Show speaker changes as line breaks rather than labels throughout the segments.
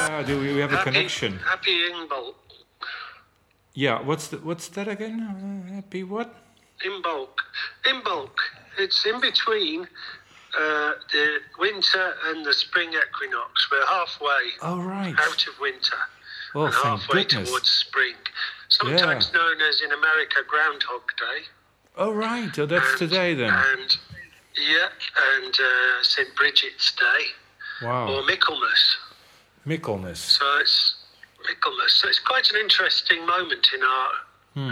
have a
happy,
connection.
Happy Imbolc.
Yeah, what's the, what's that again? Uh, happy what?
Imbolc. Imbolc. It's in between uh, the winter and the spring equinox. We're halfway
Oh right.
out of winter
Oh
and
thank
halfway towards
goodness.
spring. Sometimes known as in America Groundhog Day.
Oh right. Oh that's
And-
today then.
And yeah, and uh, St Bridget's Day or
Wow.
Michaelmas.
Michaelmas.
So it's Michaelmas. So it's quite an interesting moment in our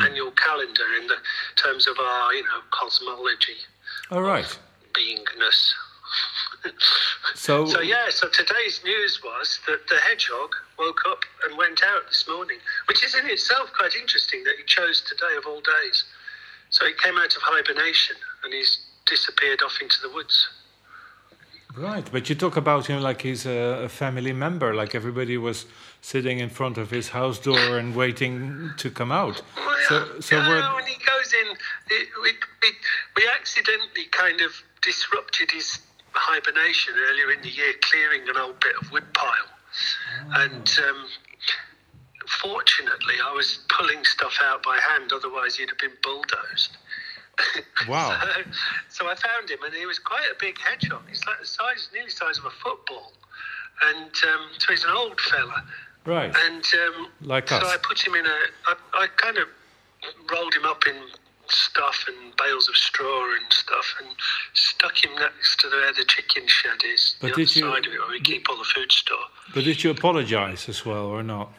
annual calendar in the terms of our, you know, cosmology,
All right.
beingness.
So,
so yeah, so today's news was that the hedgehog woke up and went out this morning, which is in itself quite interesting that he chose today of all days. So he came out of hibernation and he's disappeared off into the woods.
right, but you talk about him like he's a, a family member, like everybody was sitting in front of his house door and waiting to come out.
Well,
So, so
yeah,
we're,
when he goes in, it, we, we, we accidentally kind of disrupted his hibernation earlier in the year, clearing an old bit of woodpile.
Oh.
And um, fortunately, I was pulling stuff out by hand, otherwise, he'd have been bulldozed.
Wow.
so, so I found him, and he was quite a big hedgehog. He's like the size, nearly the size of a football. And um, so he's an old fella.
right.
And um,
Like
so
us.
I put him in a. I, I kind of rolled him up in stuff and bales of straw and stuff, and stuck him next to where the chicken shed is.
But did
the other
you-
side of it, where we keep all the food store.
But did you apologize as well or not?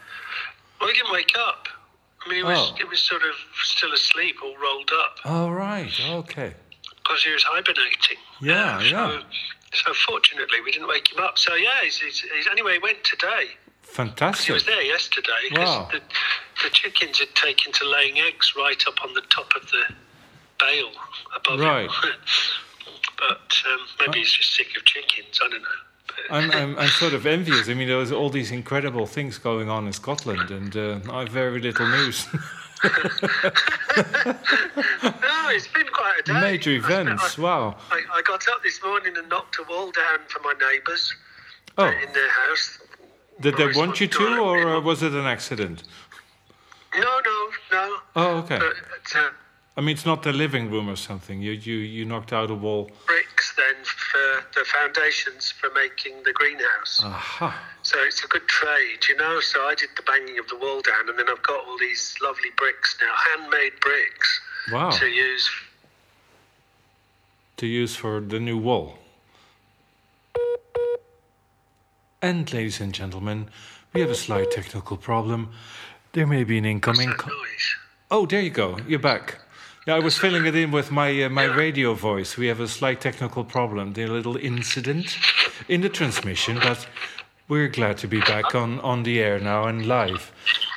Well, he didn't wake up. I mean, he was
Oh.
he was sort of still asleep, all rolled up,
All right. Okay.
because he was hibernating.
Yeah, yeah.
So, so fortunately, we didn't wake him up. So yeah, he's, he's, he's anyway. He went today. He
Fantastic.
was there yesterday because
Wow.
the, the chickens had taken to laying eggs right up on the top of the bale above
Right.
him. but um, maybe he's just sick of chickens. I don't know. But-
I'm, I'm, I'm sort of envious. I mean, there was all these incredible things going on in Scotland, and uh, I have very little news.
no, it's been quite a day.
Major
I spent-
events.
I,
Wow.
I, I got up this morning and knocked a wall down for my neighbours
Oh,
in their house.
did they want you to, or uh, was it an accident?
No, no, no.
Oh, okay.
But uh,
I mean, it's not the living room or something. You you you knocked out a wall.
bricks then for the foundations for making the greenhouse.
Aha.
So it's a good trade, you know. So I did the banging of the wall down, and then I've got all these lovely bricks now, handmade bricks
Wow.
to use.
to use for the new wall. And ladies and gentlemen, we have a slight technical problem. There may be an incoming.
That
co-
noise.
oh, there you go. You're back. Yeah, I was filling it in with my uh, my radio voice. We have a slight technical problem, the little incident in the transmission, but we're glad to be back on on the air now and live.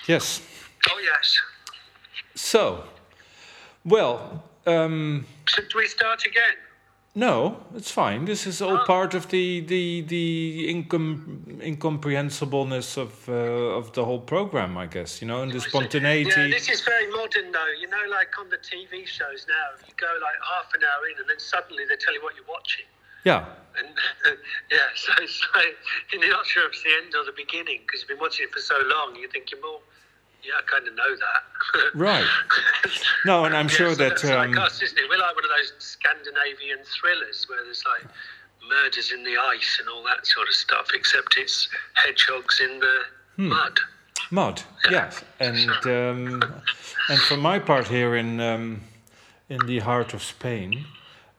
Yes.
Oh yes.
So, well, um,
Should we start again?
No, it's fine. This is all part of the the the incom- incomprehensibleness of uh, of the whole program, I guess. You know, and the
Yeah,
spontaneity.
this is very modern though. You know, like on the TV shows now, you go like half an hour in, and then suddenly they tell you what you're watching.
Yeah,
And yeah, so it's like you're not sure if it's the end or the beginning because you've been watching it for so long. You're thinking, well, yeah, I kind of know that.
right. No, and I'm
Yeah,
sure
so
that
that's like
um,
us, isn't it? We're like one of those Scandinavian thrillers where there's like murders in the ice and all that sort of stuff, except it's hedgehogs in the
Hmm.
mud.
mud. Yes, and um, and for my part here in um, in the heart of Spain.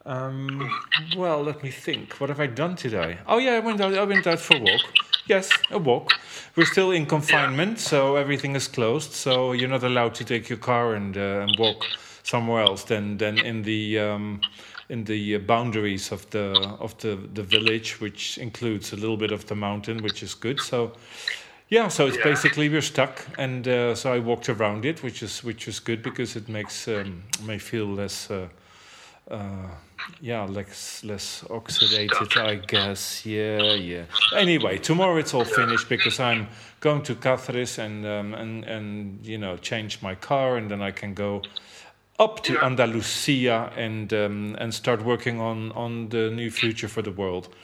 Um, well, let me think. What have I done today? Oh yeah, I went out. I went out for a walk. Yes, a walk. We're still in confinement, so everything is closed. So you're not allowed to take your car and uh, and walk somewhere else than than in the um, in the uh, boundaries of the of the the village, which includes a little bit of the mountain, which is good. So. Yeah, so it's basically we're stuck, and uh, so I walked around it, which is which is good because it makes um, me feel less uh, uh, yeah, less less oxidated, I guess. Yeah, yeah. Anyway, tomorrow it's all finished because I'm going to Cáceres and um, and and you know change my car, and then I can go up to Andalusia and um, and start working on on the new future for the world.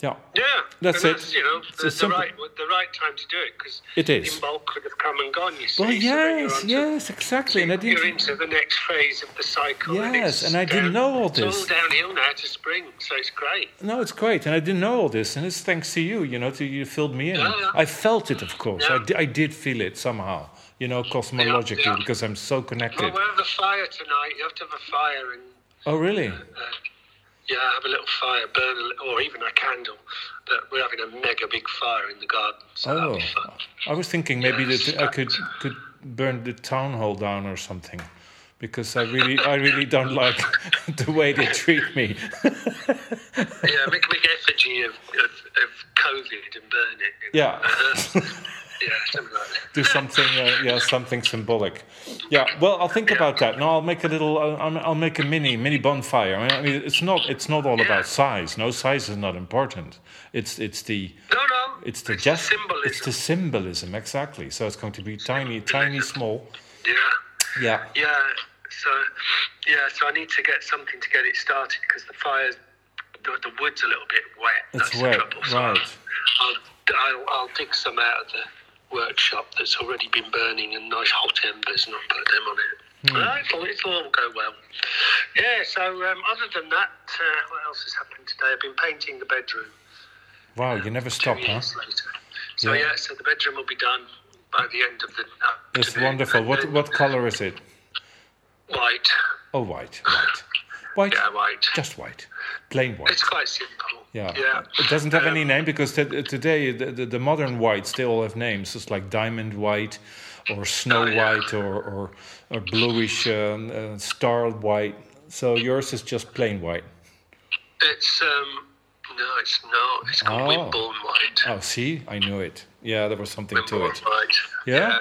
Yeah.
Yeah,
That's
and
it.
That's, you know,
It's a
the, the
simple-
right the right time to do it because
It is.
in bulk could have come and gone. You see,
Well,
So then you're
Oh, yes,
onto-
yes, exactly. And I
You're
didn't.
into the next phase of the cycle. and
Yes,
it's
and I didn't
down-
know all
It's
this.
all downhill now to spring, so it's great.
No, it's great, and I didn't know all this, and it's thanks to you. You know, to you filled me in.
Yeah, yeah.
I felt it, of course. I
Yeah.
di- I did feel it somehow. You know, cosmologically,
yeah.
because I'm so
Well,
connected.
Oh, we'll have a fire tonight. You have to have a fire and
Oh, really?
uh, yeah, have a little fire, burn a little, or even a candle. But we're having a mega big fire in the garden, so that'll
Oh,
be fun.
I was thinking maybe
Yeah,
that I could could burn the town hall down or something, because I really I really don't like the way they treat me.
yeah, make a big effigy of, of, of COVID and burn it. you know.
Yeah.
Uh-huh. yeah, something like that.
do something uh, yeah something symbolic yeah well i'll think about that no i'll make a little uh, I'll, I'll make a mini mini bonfire I mean, I mean it's not it's not all about size no size is not important it's it's the
No, no.
it's the
the
just
symbolism.
it's the symbolism exactly so it's going to be tiny tiny small
Yeah.
yeah
Yeah, so yeah, so I need to get something to get it started because the fire's the, the wood's a little bit wet.
It's
That's the
wet,
trouble. So
right.
I'll, I'll I'll dig some out of the workshop that's already been burning and nice hot embers, and I'll put them on
Hmm.
it. Right, it'll, it'll all go well. Yeah. So um, other than that, uh, what else has happened today? I've been painting the bedroom
wow you never
two
stop huh
years later. So
Yeah.
yeah. so the bedroom will be done by the end of the.
it's
afternoon.
wonderful
And
what
then
what color is it
White.
oh white white white
Yeah, white.
just white plain white
It's quite simple.
Yeah.
Yeah.
It doesn't have
Um,
any name because t- today the, the, the modern whites they all have names. It's like diamond white, or snow
Oh, yeah.
white, or or, or bluish um, uh, star white. So yours is just plain white.
It's um no, it's not. It's called
Oh.
Wimborne White.
Oh, see, I knew it. Yeah, there was something to
Wimborne
it.
White.
Yeah?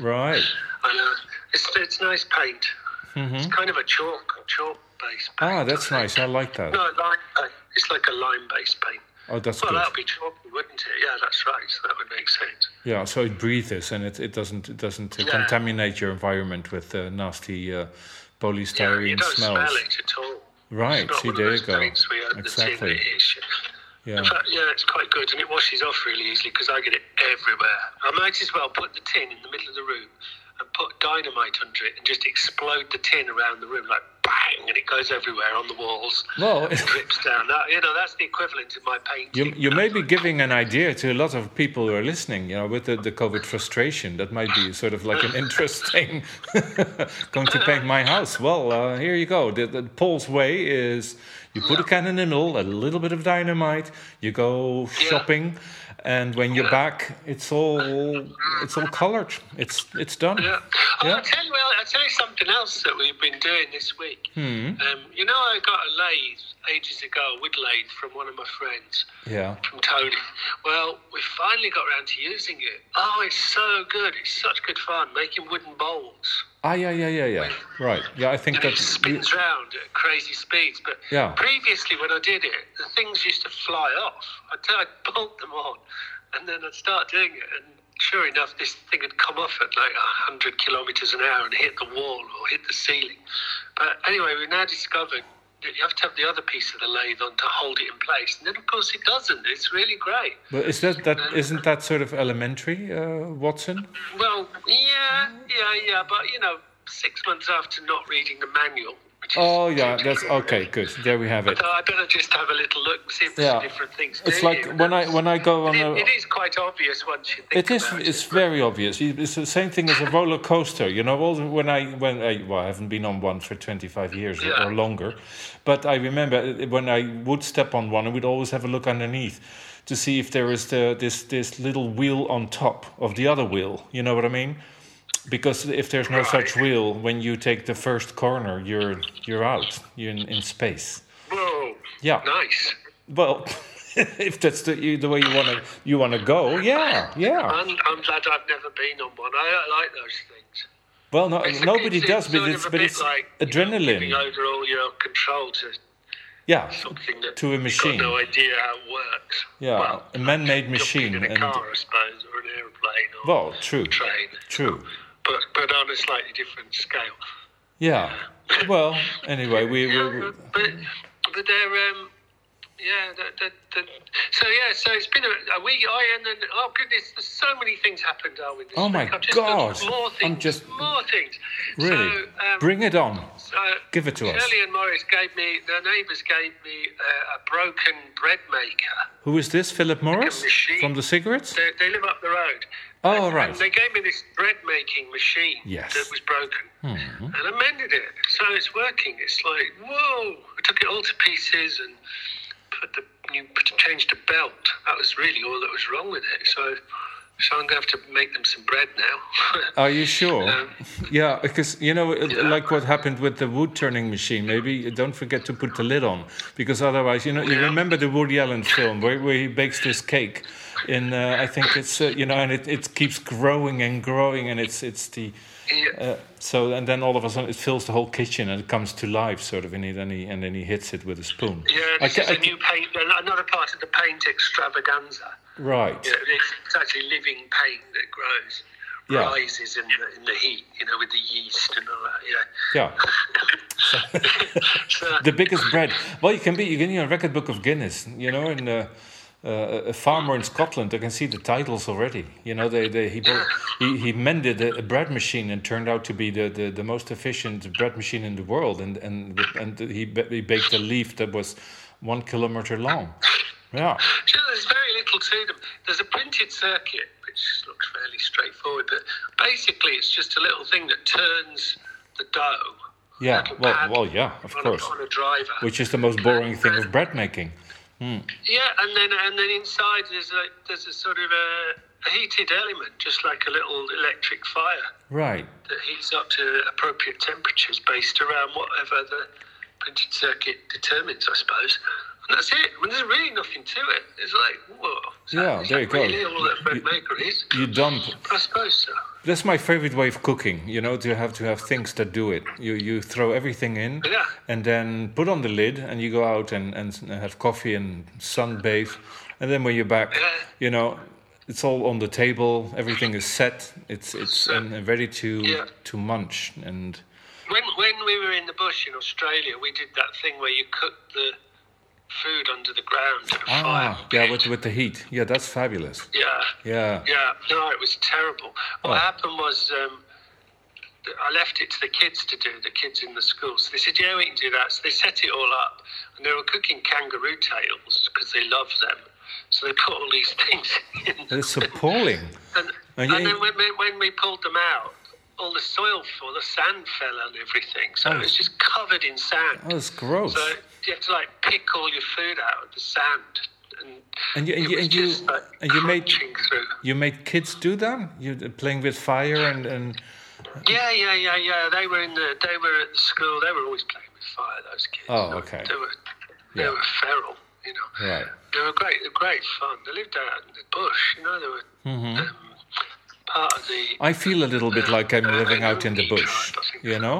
Right.
I know. It's it's nice paint. It's kind of a chalk chalk based paint.
Mm-hmm. Ah, that's nice. I like that.
No, lime. uh, It's like a lime based paint.
Oh, that's
Well,
good.
that'd be chalky, wouldn't it? Yeah, that's right. So that would make sense.
Yeah. So it breathes and it, it doesn't it doesn't uh,
Yeah.
contaminate your environment with uh, nasty uh,
Yeah, you
polystyrene
don't
smells.
smell it at all.
Right.
It's not
See,
one of
there you
those
go.
paints where the tin
Exactly.
is-
Yeah.
In fact, yeah, it's quite good, and it washes off really easily because I get it everywhere. I might as well put the tin in the middle of the room and put dynamite under it and just explode the tin around the room like bang, and it goes everywhere on the walls,
Well.
drips down. That, you know, that's the equivalent of my painting.
You, you may be giving an idea to a lot of people who are listening, you know, with the, the COVID frustration. That might be sort of like an interesting going to paint my house. Well, uh, here you go. The, the Paul's way is you put a can in the middle, a little bit of dynamite, you go shopping, and when you're back, it's all it's all colored. It's it's done.
Yeah. Oh,
Yeah.
I'll, tell you, well, I'll tell you something else that we've been doing this week.
Hmm.
Um, you know, I got a lathe ages ago, a wood lathe from one of my friends.
Yeah.
from Tony. Well, we finally got round to using it. Oh, it's so good. It's such good fun making wooden bowls.
Ah, yeah, yeah, yeah, yeah. Right. Yeah, I think
And it
that's
spins round at crazy speeds. But
Yeah.
previously, when I did it, the things used to fly off. I'd, t- I'd bolt them on and then I'd start doing it. And sure enough, this thing had come off at like 100 kilometres an hour and hit the wall or hit the ceiling. But anyway, we now discovered. that You have to have the other piece of the lathe on to hold it in place, and then of course it doesn't. It's really great.
But is that that isn't that sort of elementary, uh, Watson?
Well, yeah, yeah, yeah, but you know, six months after not reading the manual. Which is
Oh yeah, that's okay. Good. There we have it.
So I better just have a little look and see if
Yeah.
there's different things.
It's
do
like
you?
when I when I go on
It-
a.
it is quite obvious once you think
It is.
about it.
It's very obvious. You- It's the same thing as a roller coaster. You know, all the- when I when I well, I haven't been on one for twenty five years or,
Yeah.
or longer, but I remember uh, when I would step on one, I would always have a look underneath to see if there is the this this little wheel on top of the other wheel. You know what I mean? Because if there's no such wheel, when you take the first corner, you're you're out. You're in, in space.
Whoa,
Yeah.
nice.
Well, if that's the you- the way you want to you want to go, yeah, yeah.
I'm, I'm glad I've never been on one. I, I like those things.
Well, no,
It's a-
nobody
it's-
does,
it's
but
sort
it's
of a
but
bit
it's
like, you know,
adrenaline.
giving over all your control to
yeah,
something that
To a
you've
machine.
got no idea how it works.
yeah,
well,
a man-made machine.
jumping in a
And
car, I suppose, or an airplane, or
well, true,
train.
true.
but but on a slightly different scale.
Yeah. Well, anyway, we, we,
Yeah,
we
but but they're um, yeah. The, the, the, so yeah, so it's been a, a week. I and then oh goodness, there's so many things happened, Darwin. This
Oh, my
week. I've just done
God.
More
I'm
things.
just-
more things.
Really,
So, um,
bring it on.
so
Give it to us.
Shirley and Morris gave me. Their neighbours gave me uh, a broken bread maker.
Who is this? Philip Morris
machine.
from the cigarettes?
They, they live up the road.
Oh,
And-
right.
and they gave me this bread making machine
Yes. Hmm.
that was broken and I mended it. So it's working. It's like, whoa. I took it all to pieces and put the new, put- changed the belt. That was really all that was wrong with it. So, so I'm going to have to make them some bread now.
Are you sure? yeah, because you know, it- like what happened with the wood turning machine. Maybe you don't forget to put the lid on, because otherwise, you know, you
Yeah.
remember the Woody Allen film where, where he bakes this cake, in uh, I think it's uh, you know, and it, it keeps growing and growing, and it's it's the
yeah.
uh, so and then all of a sudden it fills the whole kitchen and it comes to life sort of and he, then he and then he hits it with a spoon.
Yeah,
I
this
ca-
is
I
a
ca-
new paint, another part of the paint extravaganza.
right.
Yeah, it's it's actually living paint that grows,
Yeah.
rises in the, in the heat, you know, with the yeast and all that. Yeah.
Yeah. the biggest bread. Well, you can be you can be a record book of Guinness. You know, and uh, uh, a farmer in Scotland. I can see the titles already. You know, they, they he built, he he mended a, a bread machine and turned out to be the, the, the most efficient bread machine in the world. And and with- and he ba- he baked a leaf that was one kilometer long. Yeah.
Do you know, there's very little to them. There's a printed circuit, which looks fairly straightforward, but basically it's just a little thing that turns the dough.
Yeah,
Like a
well-
pad
well, yeah, of
on
course.
A, on a driver.
Which is the most boring thing of bread making.
Yeah, and then and then inside there's a there's a sort of a, a heated element, just like a little electric fire
Right.
that heats up to appropriate temperatures based around whatever the printed circuit determines, I suppose. And that's it. When there's really nothing to it, it's like whoa. Is that-
Yeah,
is
there
that
you go.
Really all that bread
You-
maker is.
You dump
I suppose so.
That's my favorite way of cooking. You know, to have to have things that do it. You you throw everything in,
Yeah.
and then put on the lid, and you go out and and have coffee and sunbathe, and then when you're back,
Yeah.
you know, it's all on the table. Everything is set. It's it's and, and ready to
Yeah.
to munch. And
When when we were in the bush in Australia, we did that thing where you cook the food under the ground at a fire.
ah, yeah, with with the heat. Yeah, that's fabulous.
Yeah.
Yeah.
Yeah, no, it was terrible.
Oh.
What happened was um, th- I left it to the kids to do, the kids in the school. So they said, yeah, we can do that. So they set it all up and they were cooking kangaroo tails because they love them. So they put all these things in.
It's appalling.
And,
And
and,
you-
then when we, when we pulled them out, all the soil, all the sand fell on everything. So
Oh.
it was just covered in sand.
Oh, it's gross.
So you have to like pick all your food out of the sand. And,
And you- and
it
you-
was
and you-
just, like,
and you made-
crunching through.
You made kids do that. You playing with fire and and
Yeah, yeah, yeah, yeah. They were in the. They were at the school. They were always playing with fire. Those kids.
Oh,
They were-
okay.
They were. They
Yeah.
were feral. You know.
Right.
They were great. They were great fun. They lived out in the bush. You know. They were
Mm-hmm.
um, part of the.
I feel a little bit like I'm living out in the bush, you know.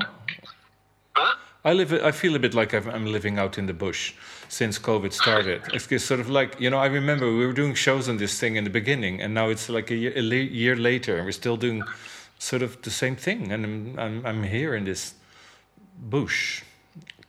Huh?
I live. I feel a bit like I've- I'm living out in the bush since COVID started. It's just sort of like you know. I remember we were doing shows on this thing in the beginning, and now it's like a year, a la- year later, and we're still doing sort of the same thing. And I'm I'm, I'm here in this bush,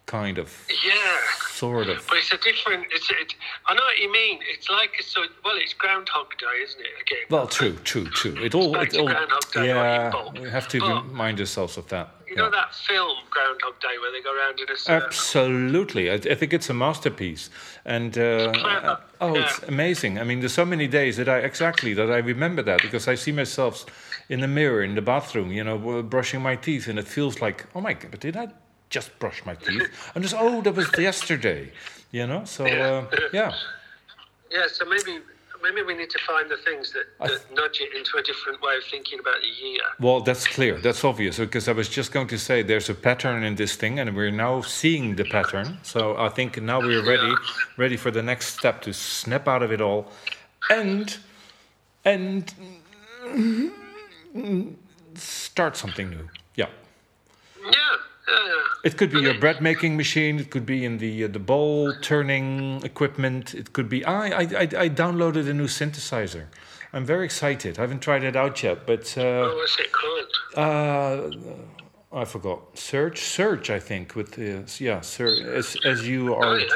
kind of,
Yeah.
sort of.
But it's a different. It's. It, I know what you mean. It's like a sort. Well, it's Groundhog Day, isn't it? Again.
Well, true, true, true. It all,
Back
it
to
all.
Groundhog Day,
Yeah,
like in bulk.
we have to
But-
remind ourselves of that.
you
yeah.
know that film Groundhog Day where they go around in a circle.
Absolutely, I, I think it's a masterpiece, and uh, uh, oh, it's
Yeah.
amazing. I mean, there's so many days that I exactly that I remember that because I see myself in the mirror in the bathroom, you know, w- brushing my teeth, and it feels like, oh my god, but did I just brush my teeth? And just oh, that was yesterday, you know. So uh, yeah,
Yeah, so maybe maybe we need to find the things that,
I
that nudge it into a different way of thinking about the year.
well, that's clear, that's obvious because I was just going to say there's a pattern in this thing, and we're now seeing the pattern. So I think now we're ready, ready for the next step to snap out of it all, and. and start something new. Yeah.
Yeah, yeah, yeah.
It could be your bread making machine. It could be in the uh, the bowl turning equipment. It could be. I, I I I downloaded a new synthesizer. I'm very excited. I haven't tried it out yet, but uh,
What's it called?
uh, I forgot. Search, search. I think with the yeah, search as as you
Oh,
are.
yeah.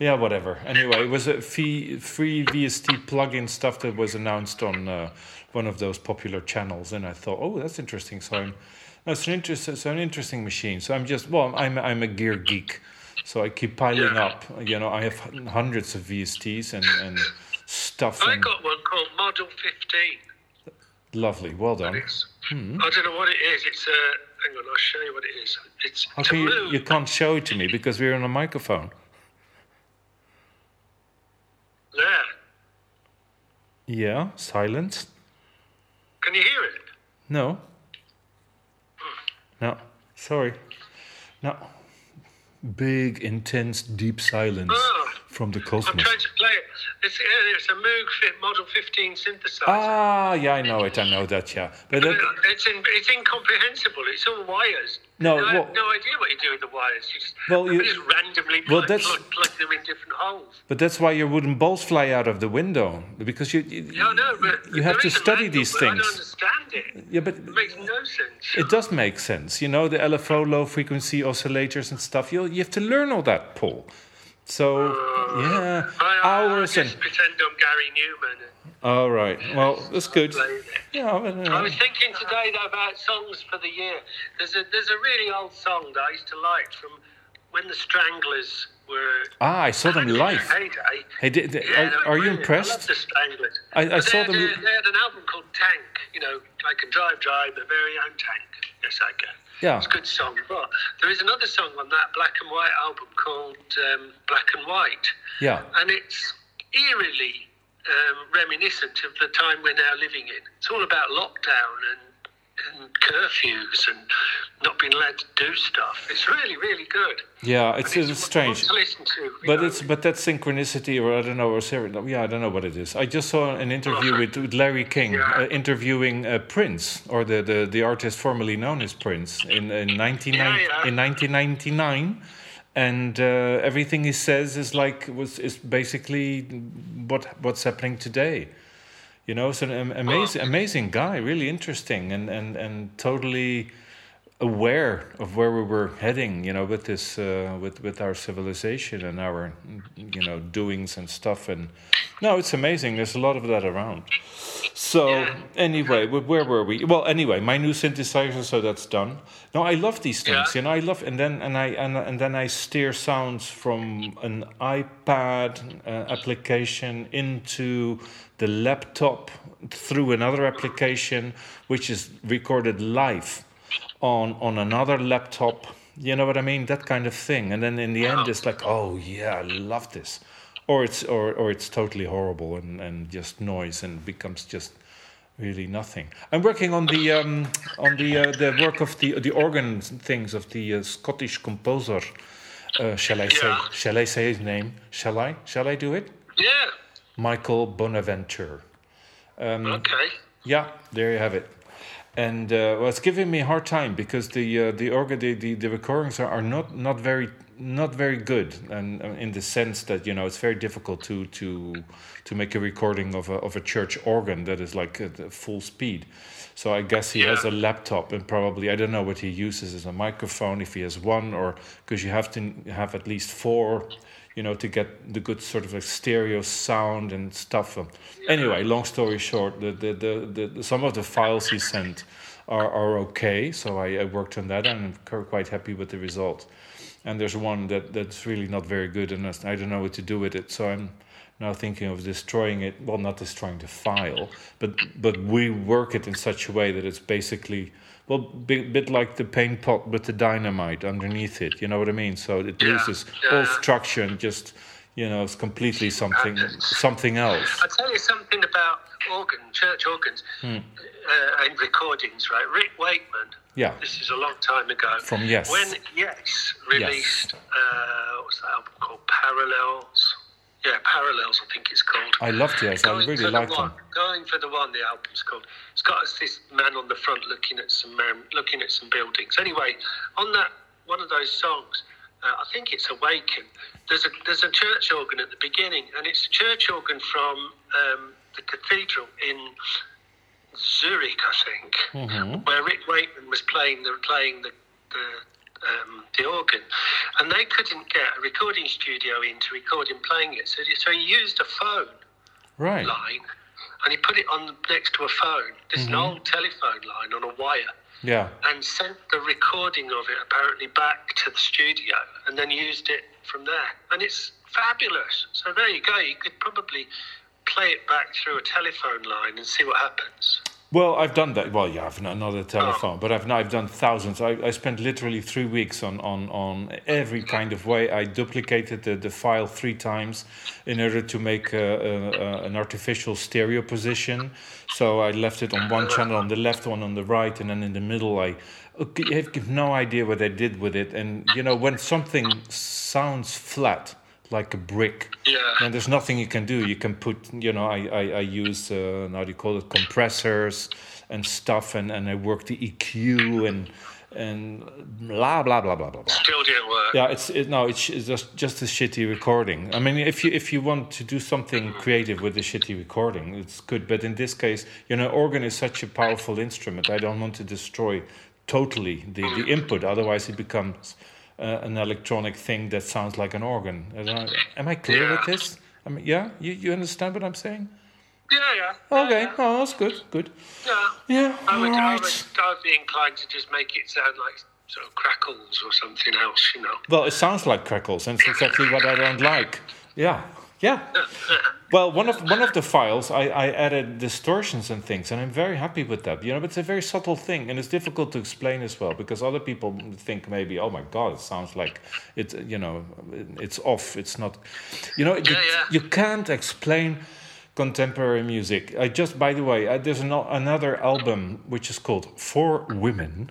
Yeah, whatever. Anyway, it was a fee, free VST plugin stuff that was announced on uh, one of those popular channels, and I thought, oh, that's interesting. So I'm, that's an interest, so an interesting machine. So I'm just, well, I'm I'm a gear geek, so I keep piling
Yeah.
up. You know, I have hundreds of VSTs and and stuff.
I
and
got one called Model 15.
lovely, well done.
It's,
Hmm.
I don't know what it is. It's a. Hang on, I'll show you what it is. It's
How
to
can you,
move.
you can't show it to me because we're on a microphone.
There.
Yeah, silence.
Can you hear it?
No. No. Sorry. No. Big, intense, deep silence
Oh.
from the
I'm
cosmos.
trying to play it. It's, uh, it's a Moog Fit Model 15 synthesizer.
Ah, yeah, I know it. I know that. Yeah, but
Uh,
that,
It's, in, it's incomprehensible. It's all wires.
No,
I
well-
have no idea what you do with the wires. You just,
Well, you-
you just randomly
well,
plug,
that's-
plug, plug them in different holes.
but that's why your wooden balls fly out of the window because you you,
Yeah, I know, but
you have
there
to
is a
study
manual,
these
but I don't
things.
understand it.
Yeah, but
It makes no sense.
it does make sense. You know the LFO, low frequency oscillators and stuff. You you have to learn all that, Paul. So yeah,
I, I,
hours
I
and
just pretend I'm Gary Newman. and
all right. Well, that's good.
play it.
Yeah, but,
I
uh,
was thinking today though about songs for the year. There's a there's a really old song that I used to like from when the Stranglers were.
ah, I saw them live.
Heyday.
Hey, did, did-
Yeah, they
are,
were
are you
brilliant. I love
impressed?
the Stranglers.
I- I
But
saw
they had
them-
A, they had an album called Tank. You know, like a drive drive, their very own tank. Yes, I go.
Yeah.
It's a good song, but there is another song on that black and white album called um, Black and White,
Yeah.
and it's eerily um, reminiscent of the time we're now living in. It's all about lockdown and, and curfews and not being allowed to do stuff. It's really, really good.
Yeah, it's, it's
It's one-
strange.
one to listen to. you
But
know.
it's but that synchronicity, or I don't know, or ser- yeah, I don't know what it is. I just saw an interview with, with Larry King
Yeah.
uh, interviewing uh, Prince, or the, the, the artist formerly known as Prince, in in, 19,
Yeah, yeah.
in 1999, and uh, everything he says is like was is basically what what's happening today. You know, it's an am- amazing
Oh.
amazing guy, really interesting, and and and totally aware of where we were heading, you know, with this, uh, with with our civilization and our, you know, doings and stuff. And no, it's amazing. There's a lot of that around. So anyway, wh- where were we? Well, anyway, my new synthesizer, so that's done. No, I love these things,
Yeah.
you know. I love, and then and I and, and then I steer sounds from an iPad uh, application into the laptop through another application, which is recorded live on on another laptop. You know what I mean? That kind of thing. And then in the end, it's like, oh yeah, I love this, or it's or or it's totally horrible and and just noise and becomes just really nothing. I'm working on the um, on the uh, the work of the the organ things of the uh, Scottish composer. Uh, shall I say?
Yeah.
Shall I say his name? Shall I? Shall I do it?
yeah.
Michael Bonaventure. Mm.
Okay.
Yeah, there you have it. And uh, well, it's giving me a hard time because the uh, the organ the, the, the recordings are, are not not very not very good, and uh, in the sense that you know it's very difficult to to to make a recording of a of a church organ that is like at the full speed. So I guess he has a
Yeah.
laptop and probably I don't know what he uses as a microphone if he has one or because you have to have at least four, you know, to get the good sort of like stereo sound and stuff. Um, Anyway, long story short, the, the, the, the, the- some of the files he sent are, are okay, so I, I worked on that and I'm cu- quite happy with the result. And there's one that, that's really not very good, and that's- I don't know what to do with it. So I'm now thinking of destroying it. Well, not destroying the file, but but we work it in such a way that it's basically well, bit, bit like the paint pot with the dynamite underneath it. You know what I mean? So it
Yeah,
loses all
yeah.
structure and just you know it's completely something
Madness.
something else.
I'll tell you something about organ, church organs,
Hmm.
uh, and recordings, right? Rick Wakeman,
Yeah.
this is a long time ago.
From Yes.
When Yes released,
Yes.
uh, what's that album called? Parallels. Yeah, Parallels, I think it's called.
I loved Yes. I
Going for
really
the
liked
one,
them.
Going for the one, the album's called. It's got us this man on the front looking at some um, looking at some buildings. Anyway, on that one of those songs, uh, I think it's Awaken. There's a there's a church organ at the beginning, and it's a church organ from um, the cathedral in
Mm-hmm.
Zurich, I think, where Rick Wakeman was playing the playing the the, um, the organ. And they couldn't get a recording studio in to record him playing it. So, so he used a phone
Right.
line and he put it on next to a phone. This is an
Mm-hmm.
old telephone line on a wire
Yeah.
and sent the recording of it apparently back to the studio and then used it from there. And it's fabulous. So there you go. You could probably play it back through a telephone line and see what happens.
Well, I've done that. Well, yeah, I've not, not a telephone, but I've now I've done thousands. I, I spent literally three weeks on, on, on every kind of way. I duplicated the, the file three times in order to make a, a, a, an artificial stereo position. So I left it on one channel on the left, one on the right, and then in the middle. I okay, I have no idea what I did with it. And you know, when something sounds flat like a brick,
Yeah.
and there's nothing you can do. You can put, you know, I, I, I use, uh, how do you call it, compressors and stuff, and, and I work the EQ and and blah, blah, blah, blah, blah, blah.
Still didn't work.
Yeah, it's it, no, it's, it's just just a shitty recording. I mean, if you if you want to do something creative with a shitty recording, it's good. But in this case, you know, organ is such a powerful instrument. I don't want to destroy totally the, the input. Otherwise, it becomes uh, an electronic thing that sounds like an organ. Am I, am I clear with
Yeah.
this? I mean, yeah, you, you understand what I'm saying?
Yeah, yeah.
Okay, oh, that's good, good.
Yeah.
Yeah,
I would, I
alright.
would, I'd be inclined to just make it sound like sort of crackles or something else, you know.
Well, it sounds like crackles, and it's exactly what I don't like. Yeah, yeah. Well, one of one of the files I, I added distortions and things, and I'm very happy with that. You know, but it's a very subtle thing, and it's difficult to explain as well because other people think maybe, oh my god, it sounds like it. You know, it's off. It's not. You know, you,
Yeah, yeah.
you can't explain contemporary music. I just, by the way, I, there's an, another album which is called For Women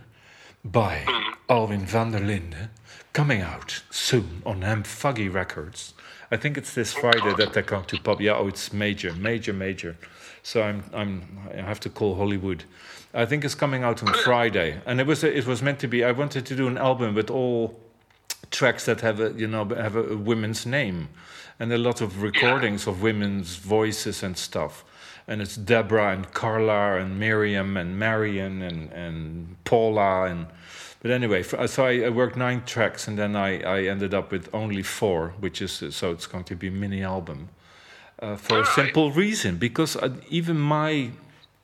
by Alwin van der Linde coming out soon on Amfuggy Records. I think it's this Friday that they come to pop. Yeah, oh, it's major, major, major. So I'm, I'm, I have to call Hollywood. I think it's coming out on Friday, and it was, it was meant to be. I wanted to do an album with all tracks that have a you know have a, a women's name and a lot of recordings of women's voices and stuff and it's deborah and carla and miriam and marion and, and paula and but anyway f- so I, I worked nine tracks and then I, I ended up with only four which is so it's going to be a mini album uh, for a
Alright.
simple reason because uh, even my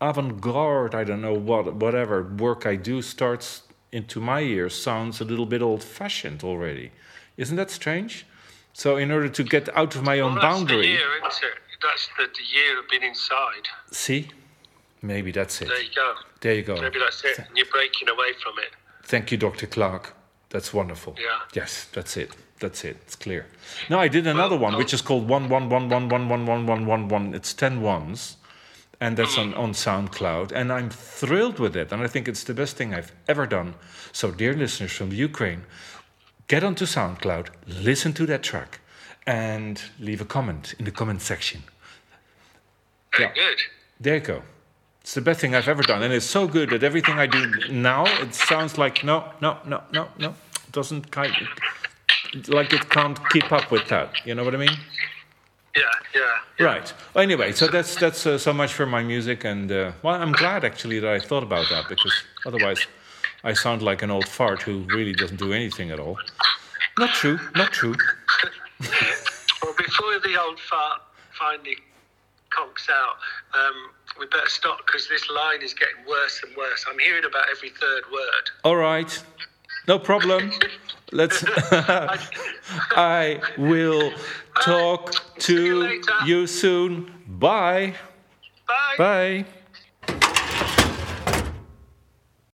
avant-garde i don't know what whatever work i do starts into my ears sounds a little bit old-fashioned already isn't that strange so in order to get out of my own
Well, that's the
boundary
year, isn't it? That's the, the year of being inside.
see maybe that's it
There you go.
there you go
Maybe that's it. And you're breaking away from it.
Thank you, Dr. Clark. That's wonderful.
Yeah.
Yes, that's it. That's it. It's clear. No, I did another one, which is called one one one one one one one one one one. It's ten ones, and that's on on SoundCloud. And I'm thrilled with it, and I think it's the best thing I've ever done. So, dear listeners from the Ukraine, get onto SoundCloud, listen to that track, and leave a comment in the comment section.
Very
Yeah.
good.
There you go. It's the best thing I've ever done, and it's so good that everything I do now it sounds like no, no, no, no, no. It doesn't kind like it can't keep up with that. You know what I mean?
Yeah, yeah.
Right. Anyway, so that's that's uh, so much for my music, and uh, well, I'm glad actually that I thought about that because otherwise, I sound like an old fart who really doesn't do anything at all. Not true. Not true.
Well, before the old fart finally conks out, um, we better stop because this line is getting worse and worse. I'm hearing about every third word.
All right. No problem. Let's. I will talk
See you
to
later.
you soon. Bye. Bye.